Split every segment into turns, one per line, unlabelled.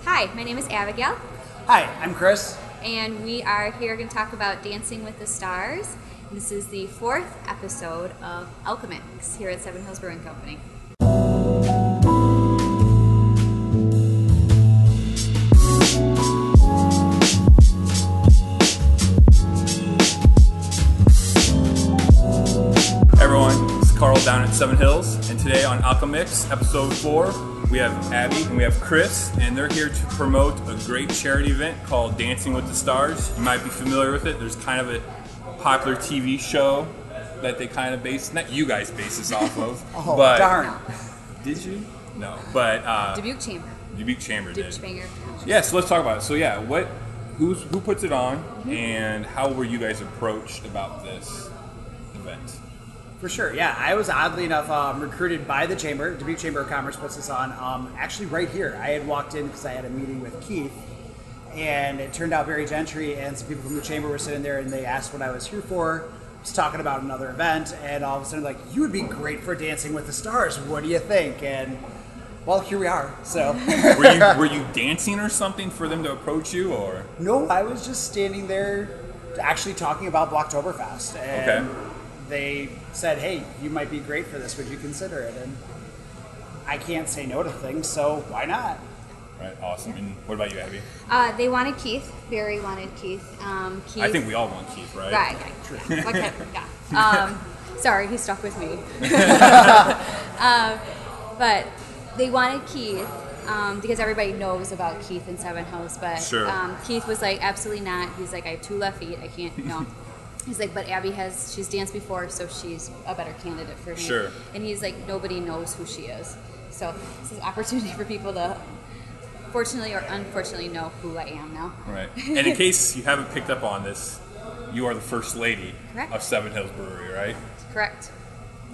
Hi, my name is Abigail,
Hi, I'm Chris.
and we are here going to talk about Dancing with the Stars. This is the fourth episode of Alchemix here at Seven Hills Brewing Company.
everyone, it's Carl down at Seven Hills, and today on Alchemix, episode four, we have Abby and we have Chris, and they're here to promote a great charity event called Dancing with the Stars. You might be familiar with it. There's kind of a popular TV show that they kind of base, not you guys base this off of,
Oh,
but
darn.
did you? No, but uh,
Dubuque Chamber,
Dubuque Chamber
Dubuque
did.
Chamber.
Yeah, so let's talk about it. So yeah, what, who's who puts it on, and how were you guys approached about this event?
For sure, yeah. I was oddly enough um, recruited by the chamber. Dubuque Chamber of Commerce puts this on. Um, actually, right here, I had walked in because I had a meeting with Keith, and it turned out Barry Gentry and some people from the chamber were sitting there, and they asked what I was here for. I was talking about another event, and all of a sudden, like, you would be great for Dancing with the Stars. What do you think? And well, here we are. So.
were you were you dancing or something for them to approach you or
No, I was just standing there actually talking about Blocktoberfest. And they said, hey, you might be great for this. Would you consider it? And I can't say no to things, so why not?
right awesome and what about you abby
Uh, they wanted Keith. Barry wanted Keith. Um, Keith.
i think we all want keith right
Right. Okay. okay. Yeah. Um, sorry, he stuck with me. um, but they wanted Keith um, because everybody knows about Keith and Seven House. But
Sure.
um, Keith was like, absolutely not. He's like, I have two left feet. I can't. No. He's like, but Abby has. She's danced before, so she's a better candidate for me.
Sure.
And he's like, nobody knows who she is. So this is an opportunity for people to, fortunately or unfortunately, know who I am now.
right and in case you haven't picked up on this you are the first lady
Correct.
of seven hills brewery right
Correct.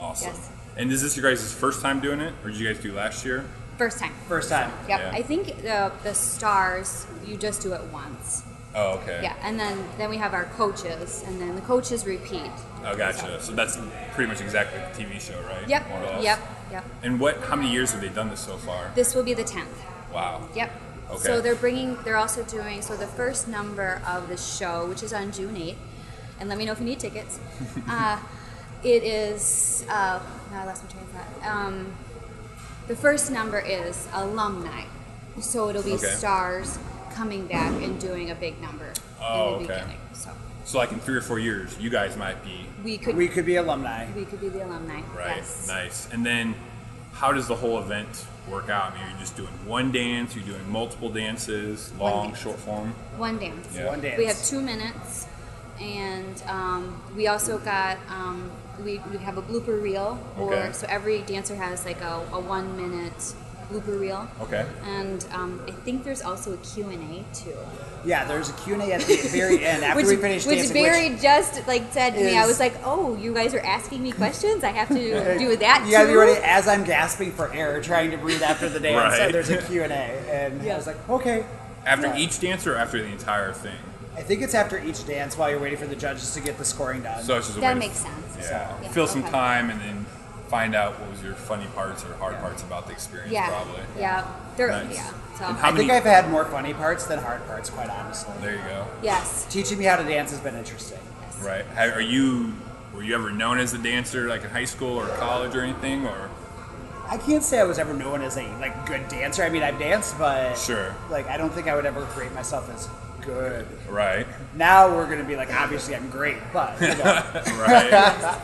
awesome
Yes.
and is this your guys' first time doing it or did you guys do last year
First time.
First time.
Yep.
Yeah.
I think the the stars you just do it once.
oh okay
Yeah, and then then we have our coaches, and then the coaches repeat.
oh gotcha so that's pretty much exactly the tv show right
Yep.
More or less.
Yep. Yep.
and what how many years have they done this so far
This will be the tenth.
wow
Yep.
Okay.
So they're bringing. They're also doing. So the first number of the show, which is on June eighth, and let me know if you need tickets. uh, it is. Uh, now I lost my train of thought. Um, the first number is alumni, so it'll be
Okay.
stars coming back and doing a big number
Oh,
in the
okay.
beginning. So
so like in three or four years you guys might be
we could
We could be alumni.
We could be the alumni.
Right.
Yes.
Nice. And then, how does the whole event work out? I mean, you're just doing one dance. You're doing multiple dances,
One
long,
dance.
short form.
One dance.
Yeah.
One dance.
We have two minutes, and um, we also got um, we, we have a blooper reel, or
Okay.
so every dancer has like a, a one minute blooper reel.
Okay.
And um, I think there's also a Q and A too.
Yeah, there's a Q&A at the very end after we finish
which
dancing.
Barry just like said to me, I
is-
was like, "Oh, you guys are asking me questions. I have to do that
You gotta be
too?"
ready as I'm gasping for air, trying to breathe after the dance.
Right.
And there's a Q&A. And I
Yeah.
was like, okay.
After
Yeah.
each dance or after the entire thing?
I think it's after each dance while you're waiting for the judges to get the scoring done.
So it's just a
That
way
makes
to,
sense.
Yeah.
Yeah,
Fill some
okay.
time and then find out what was your funny parts or hard parts about the experience.
Yeah.
Probably.
Yeah. There.
Nice.
Yeah. So.
And how
I think
many-
I've had more funny parts than hard parts, quite honestly.
There you go.
yes.
Teaching me how to dance has been interesting.
Right. How, are you? Were you ever known as a dancer, like in high school or college or anything? Or
I can't say I was ever known as a like good dancer. I mean, I've danced, but
Sure.
like I don't think I would ever rate myself as good.
right.
Now we're gonna be like, obviously I'm great, but you know,
right.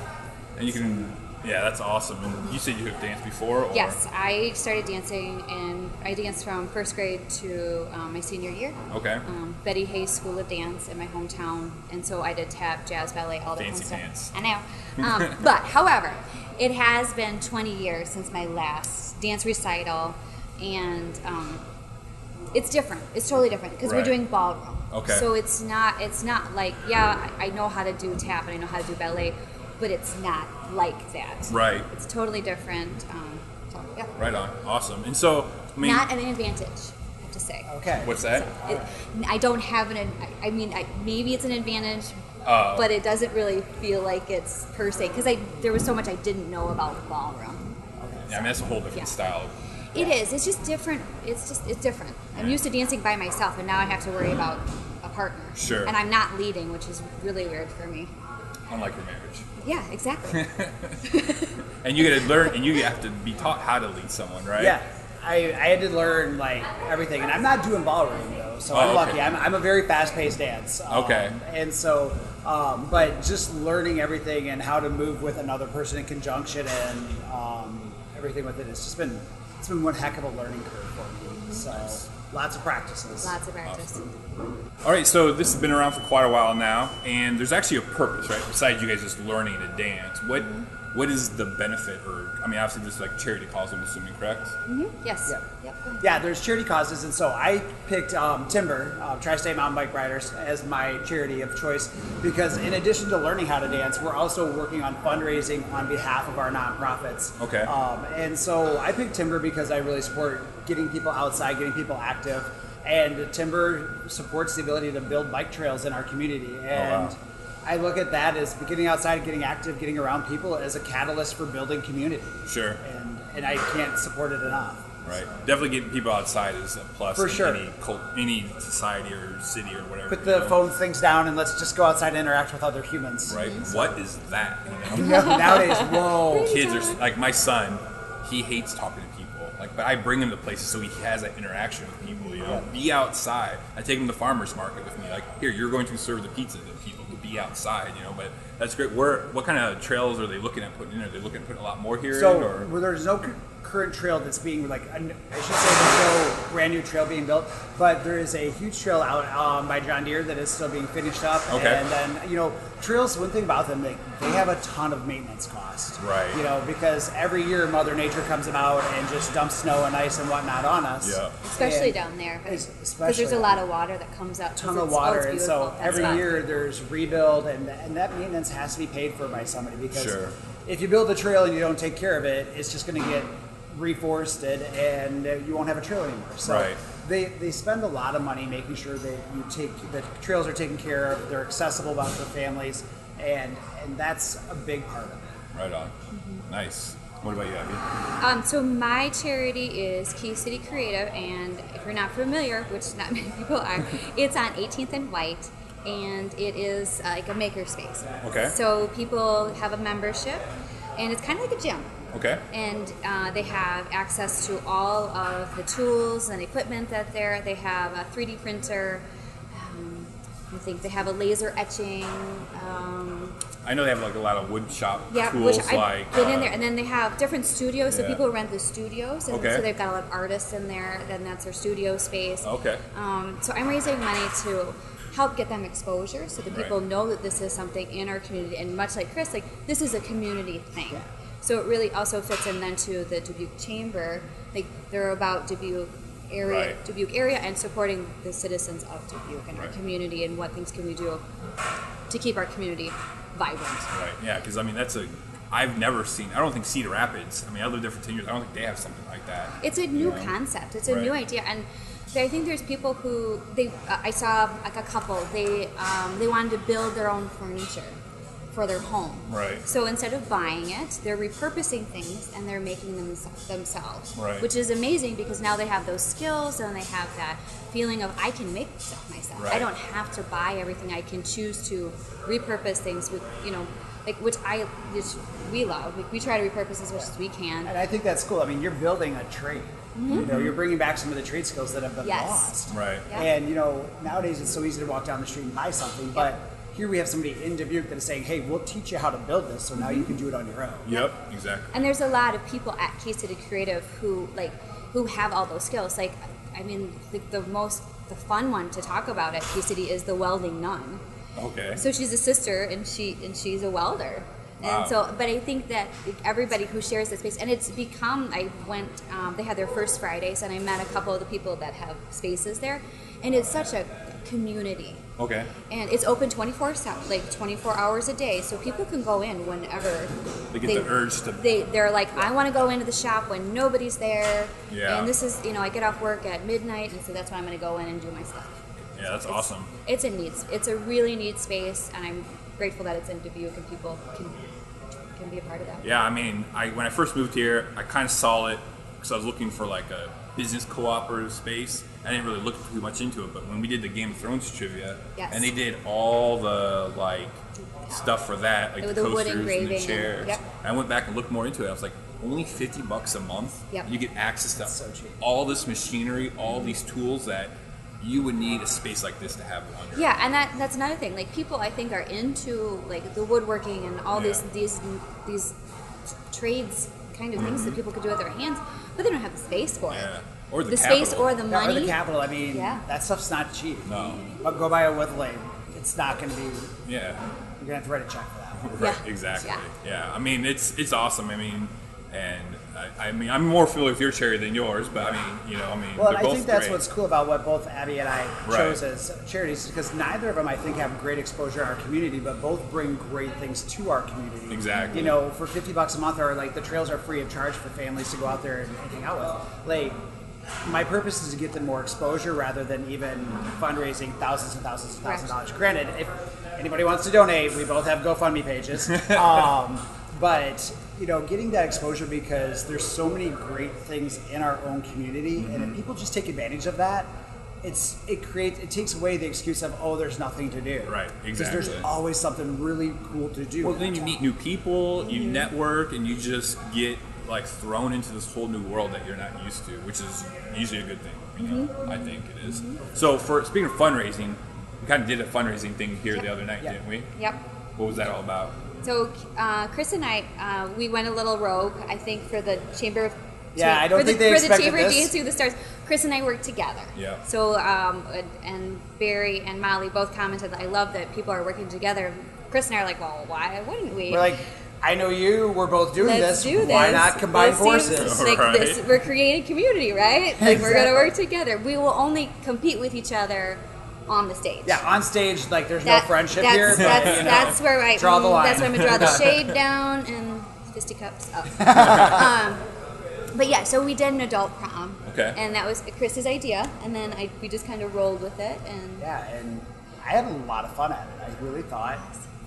and you can. Yeah, that's awesome. And you said you have danced before. Or?
Yes, I started dancing and I danced from first grade to um, my senior year.
Okay.
Um, Betty Hayes School of Dance in my hometown, and so I did tap, jazz, ballet, all that
Fancy
kind of
pants.
stuff. I know, um, but however, it has been 20 years since my last dance recital, and um, it's different. It's totally different because we're
Right.
doing ballroom.
Okay.
So it's not. It's not like yeah, I I know how to do tap and I know how to do ballet, but it's not like that.
Right.
It's totally different. Um, so, yeah.
Right on. Awesome. And so, I mean,
Not an advantage, I have to say.
okay.
what's that?
It, I don't have an. ad- I mean, I, maybe it's an advantage,
Oh.
but it doesn't really feel like it's per se because I there was so much I didn't know about ballroom.
Yeah, I mean, that's a whole different
Yeah.
style.
It is. It's just different. It's just it's different. I'm used to dancing by myself, and now I have to worry about a partner.
Sure.
And I'm not leading, which is really weird for me.
unlike your marriage.
Yeah, exactly.
And you got to learn, and you have to be taught how to lead someone, right?
Yeah, I, I had to learn like everything, and I'm not doing ballroom though, so
Oh,
I'm
okay.
lucky. I'm, I'm a very fast-paced dance. um,
Okay.
and so, um, but just learning everything and how to move with another person in conjunction and um, everything with it, it's just been it's been one heck of a learning curve for me. So lots of practices.
Lots of practice.
All right, so this has been around for quite a while now, and there's actually a purpose, right? Besides you guys just learning to dance, what
Mm-hmm.
what is the benefit? Or I mean, obviously this is like charity calls. I'm assuming, correct?
Mm-hmm. Yes.
Yeah.
Yep. go ahead.
Yeah, there's charity causes, and so I picked um, Timber, uh, Tri-State Mountain Bike Riders, as my charity of choice because in addition to learning how to dance, we're also working on fundraising on behalf of our nonprofits.
Okay.
Um, and so I picked Timber because I really support getting people outside, getting people active, and Timber supports the ability to build bike trails in our community. And I look at that as getting outside, getting active, getting around people as a catalyst for building community.
Sure.
And, and I can't support it enough.
Right. Definitely getting people outside is a plus
For
in
sure.
any cult, any society or city or whatever.
put
you
the
know?
phone things down and let's just go outside and interact with other humans.
Right. What is that? You know?
Yeah, Nowadays, whoa.
Kids are like my son. He hates talking to people. Like, but I bring him to places so he has that interaction with people. You know, be outside. I take him to farmers market with me. Like, here you're going to serve the pizza to people to be outside. You know, but that's great. Where what kind of trails are they looking at putting in? Are they looking at putting a lot more here? in,
So
or?
well, there's no cu- current trail that's being like a n- I should say there's no brand new trail being built, but there is a huge trail out um, by John Deere that is still being finished up.
Okay.
And then you know trails. One thing about them, they they have a ton of maintenance cost.
Right.
You know because every year Mother Nature comes about and just dumps snow and ice and whatnot on us.
Yeah.
Especially
And-
down there,
Es-
because
especially
there's a lot of water that comes up. 'cause
ton
it's-
of
oh,
water,
it's
and
beautiful,
so
that
every
spot.
year there's rebuild, and and that maintenance has to be paid for by somebody because
Sure.
if you build a trail and you don't take care of it, it's just going to get reforested, and uh, you won't have a trail anymore. So
Right.
they they spend a lot of money making sure that you take that trails are taken care of, they're accessible by for families, and and that's a big part of it.
Right on. Nice. What about you, Abby?
Um, so my charity is Key City Creative, and if you're not familiar, which not many people are, it's on 18th and White, and it is uh, like a makerspace.
Okay.
So people have a membership, and it's kind of like a gym,
Okay.
and uh, they have access to all of the tools and equipment that there. They have a 3D printer. Um, I think they have a laser etching. Um,
I know they have like a lot of wood shop
yeah,
tools.
which
like
I've been in
uh,
there, and then they have different studios. So
yeah.
people rent the studios, and
Okay.
so they've got a lot of artists in there. Then that's their studio space.
Okay.
Um, so I'm raising money to help get them exposure, so that
Right.
people know that this is something in our community. And much like Chris, like this is a community thing. So it really also fits in then to the Dubuque Chamber. Like they're about Dubuque area,
Right.
Dubuque area, and supporting the citizens of Dubuque and our
Right.
community, and what things can we do to keep our community vibrant.
Right. Yeah, because I mean that's a. I've never seen. I don't think Cedar Rapids. I mean, I lived there for ten years. I don't think they have something like that.
it's a new
Yeah.
concept it's a
Right.
new idea and there- I think there's people who they uh, I saw like a couple they um, they wanted to build their own furniture for their home
Right.
so instead of buying it they're repurposing things and they're making them themselves
Right.
which is amazing because now they have those skills and they have that feeling of I can make stuff myself I
Right.
don't have to buy everything I can choose to repurpose things with you know like which I which we love like we try to repurpose as much as we can
And I think that's cool. I mean, you're building a trade. You know, you're bringing back some of the trade skills that have been
Mm-hmm. Yes.
lost.
Right.
Yeah.
And you know, nowadays it's so easy to walk down the street and buy something, but here we have somebody in Dubuque that is saying, "Hey, we'll teach you how to build this, so now
Mm-hmm.
you can do it on your own."
Yep. Exactly.
And there's a lot of people at Case City Creative who like who have all those skills. Like, I mean, the, the most the fun one to talk about at Case City is the welding nun.
Okay.
So she's a sister, and she and she's a welder.
Wow.
And so, but I think that like, everybody who shares that space, and it's become. I went. Um, they had their first Fridays, and I met a couple of the people that have spaces there, and it's such a community
okay.
and it's open 24 seven, like 24 hours a day so people can go in whenever
They get the urge to-
they they're like i want to go into the shop when nobody's there
Yeah.
and this is you know i get off work at midnight and so that's why i'm going to go in and do my stuff
Yeah, that's awesome.
it's a neat it's a really neat space and i'm grateful that it's in dubuque and people can can be a part of that
Yeah, I mean, I when I first moved here, I kind of saw it because I was looking for like a business cooperative space, I didn't really look too much into it, but when we did the Game of Thrones trivia,
Yes.
and they did all the like stuff for that, like
The-
the,
the wood
coasters and
engraving
the
and-
chairs.
yep.
I went back and looked more into it. I was like, only fifty bucks a month,
Yep.
you get access to
so cheap.
all this machinery, all these tools that you would need a space like this to have on your.
Yeah, and that that's another thing. Like people, I think, are into like the woodworking and all these
Yeah.
these these trades kind of things that people could do with their hands, but they don't have the space for
Mm-hmm. Yeah.
it.
Or the
space
capital.
or the
Yeah, or
money.
the capital. I mean,
Yeah.
that stuff's not cheap.
No.
But go buy a wood lathe. It's not going to be. You're
Yeah.
going to have to write a check for that.
Right,
Yeah.
exactly.
Yeah.
Yeah. I mean, it's it's awesome. I mean, and I, I mean, I'm more familiar with your cherry than yours, but I mean, you know, I mean,
Well, and
they're
I
both
think that's
great.
what's cool about what both Abby and I
Right.
chose as charities because neither of them, I think, have great exposure in our community, but both bring great things to our community.
Exactly.
You know, for 50 bucks a month, or like the trails are free of charge for families to go out there and hang out with. Like, my purpose is to get them more exposure rather than even fundraising thousands and thousands and thousands of dollars. Granted, if anybody wants to donate, we both have GoFundMe pages. um, but you know, getting that exposure because there's so many great things in our own community, and
Mm-hmm.
if people just take advantage of that, it's it creates it takes away the excuse of oh, there's nothing to do.
Right,
Because there's
exactly.
always something really cool to do.
Well, then you meet new people, you network, and you just get like thrown into this whole new world that you're not used to, which is usually a good thing. You know, I think it is. So, for speaking of fundraising, we kind of did a fundraising thing here the other night,
Yeah.
didn't we?
Yep.
What was that all about?
So uh, Chris and I, uh, we went a little rogue. I think for the chamber of
Yeah, I don't
for
think
the,
they
for the
expected
chamber of
this.
dancing with the stars. Chris and I worked together.
Yeah.
So um, and Barry and Molly both commented, "I love that people are working together." Chris and I are like, "Well, why wouldn't we?"
We're like, I know you. We're both doing
Let's
this.
do this.
Why not combine
Let's see-
forces?
like
Right.
this, we're creating community, right? Like we're
Exactly.
gonna work together. We will only compete with each other on the stage.
Yeah, on stage, like there's
That-
no friendship
that's,
here. but,
That's,
you know,
that's where I
draw the
mm,
line.
That's where I'm gonna draw the shade down and fisticuffs up. um, but yeah, so we did an adult prom.
Okay.
And that was Chris's idea, and then I, we just kind of rolled with it, and
Yeah, and I had a lot of fun at it. I really thought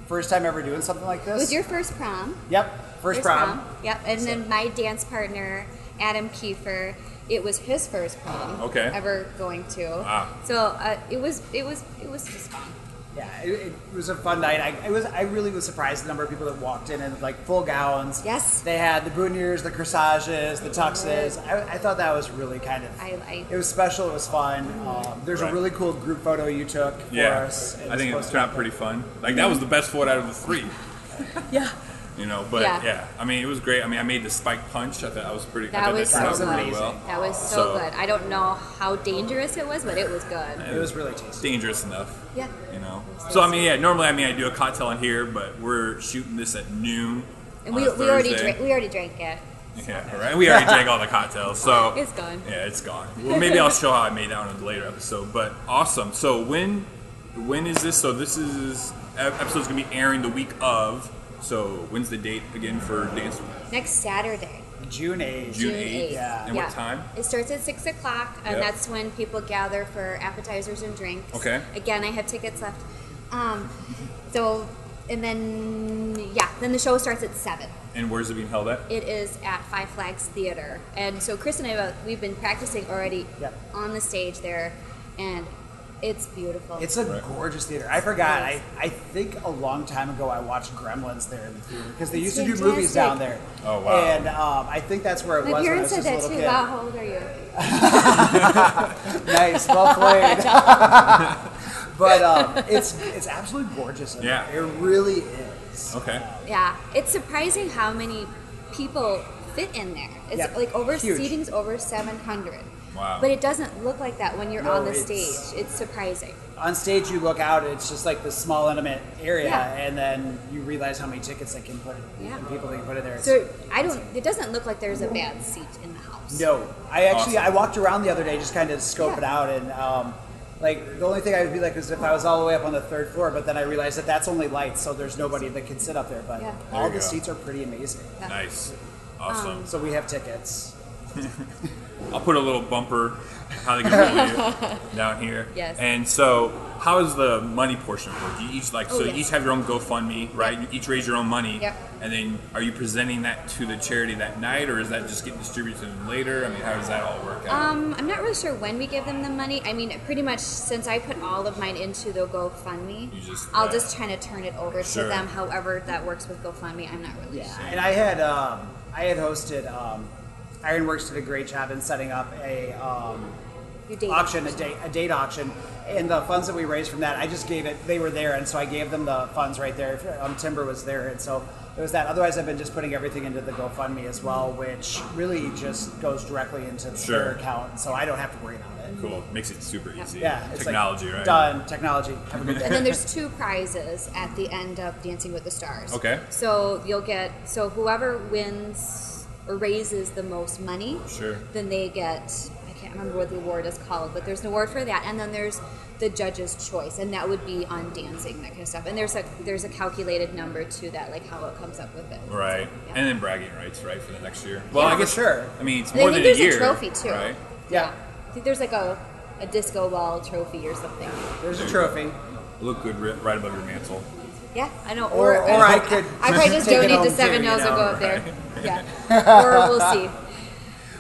first time ever doing something like this.
it was your first prom.
Yep, first prom.
Yep. And then my dance partner, Adam Kiefer, it was his first prom.
Okay.
Ever going to.
Wow.
Ah.
So uh, it was it was it was just fun.
Yeah, it, it was a fun night. I, I was I really was surprised the number of people that walked in in like full gowns.
Yes.
they had the boutonnieres, the corsages, the tuxes. I, I thought that was really kind of.
I- I-
it was special. It was fun. Um, there's a
Right.
really cool group photo you took for
yeah,
us.
I think
was
it's
posted.
turned out pretty fun. Like that was the best four out of the three.
Yeah.
You know, but
Yeah.
yeah. I mean, it was great. I mean, I made the spike punch. I thought I was pretty. I
That
thought
was
that turned
so
out
good.
pretty well.
That was so,
So-
good. I don't know how dangerous it was, but it was good.
It was really tasty.
Dangerous enough.
Yeah.
You know. So I mean, yeah. Normally, I mean, I do a cocktail on here, but we're shooting this at noon.
And
on
we,
a
we already
Thursday.
drank we already drank it.
Yeah, right. We already drank all the cocktails, so
It's gone.
Yeah, it's gone. Well, maybe I'll show how I made out in a later episode. But awesome. So when when is this? So this is ep- episode's gonna be airing the week of. So when's the date again for dance?
Next Saturday.
June eighth.
June
June
8th.
8th.
Yeah.
And what time?
It starts at 6 o'clock, and
Yep.
that's when people gather for appetizers and drinks.
Okay.
Again, I have tickets left. Um, so, and then, yeah, then the show starts at 7.
And where's it being held at?
It is at Five Flags Theater. And so Chris and I, both- we've been practicing already
Yep.
on the stage there, and it's beautiful.
It's a
Right.
gorgeous theater. I forgot.
Yes.
I, I think a long time ago I watched Gremlins there in the theater because they
It's
used to do movies
fantastic.
down there.
Oh, wow.
And um, I think that's where it
my
was. when I was
parents said
just a
that
little
too.
kid.
Wow, how old are you?
Nice, well played. but um, it's it's absolutely gorgeous. in
Yeah.
there. it really is.
Okay.
Yeah, it's surprising how many people fit in there. It's
Yeah,
like over
huge.
seating's over 700.
Wow.
But it doesn't look like that when you're
No,
on the
it's-
stage. It's surprising.
On stage, you look out. It's just like this small, intimate area,
Yeah.
and then you realize how many tickets they can put,
Yeah.
and people they can put in there. It's-
So I don't. It doesn't look like there's a bad seat in the house.
No, I actually
Awesome.
I walked around the other day just kind of to scope
Yeah.
it out, and um, like the only thing I would be like is if I was all the way up on the third floor, but then I realized that that's only lights, so there's nobody that can sit up there. But
Yeah.
all
There
the
you go.
seats are pretty amazing,
Yeah. Um.
Nice. Awesome.
so we have tickets.
I'll put a little bumper how they get rid of you down here.
Yes.
And so, how is the money portion of it? Do you each like
Oh,
so?
yes.
You each have your own GoFundMe, right? You each raise your own money.
Yep.
And then, are you presenting that to the charity that night, or is that just getting distributed later? I mean, how does that all work out?
Um, I'm not really sure when we give them the money. I mean, pretty much since I put all of mine into the GoFundMe,
You just-
I'll
yeah.
just kind of turn it over
Sure.
to them. However, that works with GoFundMe, I'm not really
Yeah,
sure.
and I had um, I had hosted. Um, Ironworks did a great job in setting up a um,
You date
auction, a date, a date auction, and the funds that we raised from that, I just gave it. They were there, and so I gave them the funds right there. Um, Timber was there, and so it was that. Otherwise, I've been just putting everything into the GoFundMe as well, which really just goes directly into
Sure.
their account, so I don't have to worry about it.
cool. Makes it super easy.
Yeah, it's like,
Technology, right?
Done. Technology. Have a good
And
day.
then there's two prizes at the end of Dancing with the Stars.
Okay.
So you'll get so whoever wins or raises the most money,
Sure.
then they get I can't remember what the award is called, but there's an award for that, and then there's the judge's choice, and that would be on dancing that kind of stuff. And there's a there's a calculated number to that, like how it comes up with it.
Right.
Yeah.
And then bragging rights, right, for the next year. Well,
Yeah,
I
for
guess
sure.
I mean, it's
And I
more
think
than
there's
a year.
trophy too.
Right.
Yeah.
I think there's like a a disco ball trophy or something.
There's a trophy.
Look good ri- right above your mantle.
Yeah, I know.
Or-
Or, uh,
or I could
I probably just
take it
donate
home
the
too,
seven
you
nils and
know,
go up there. Yeah. Or we'll see.
Or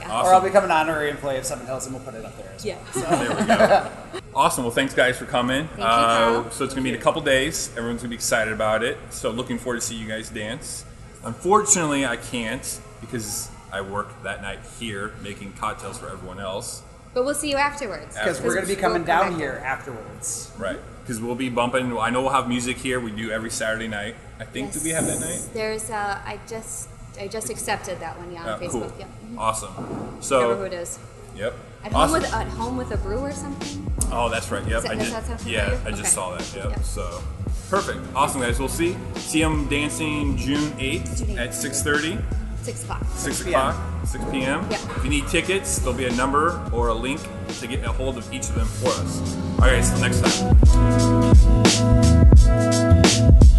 I'll
Awesome.
become an honorary employee of Seven Hills, and we'll put it up there. As well.
Yeah.
There we go. Awesome. Well, thanks guys for coming.
you,
Uh,
Kyle.
so it's gonna be in a couple days. Everyone's gonna be excited about it. So looking forward to see you guys dance. Unfortunately, I can't because I work that night here making cocktails for everyone else.
But we'll see you afterwards.
Because we're going to be coming
we'll come
down
back.
here afterwards.
Right.
Mm-hmm.
Because we'll be bumping. I know we'll have music here. We do every Saturday night. I think. Do we have that night?
There's, uh, I just, I just accepted that one, yeah, on
Uh,
Facebook.
cool.
Yeah. Mm-hmm.
Awesome.
Remember who
So.
it is.
Yep.
At
awesome.
home with, at home with a brew or something.
Oh, that's right. Yep,
Is that-
I
does that
just
sound
yeah,
familiar?
I just
Okay.
saw that. Yep.
Yeah.
So perfect. Awesome, guys. We'll see. See them dancing June eighth
June 8th.
at 6:30,
Six o'clock.
6
p.m.
o'clock, 6 p.m.
Yeah.
If you need tickets, there'll be a number or a link to get a hold of each of them for us. All right, guys. Till next time.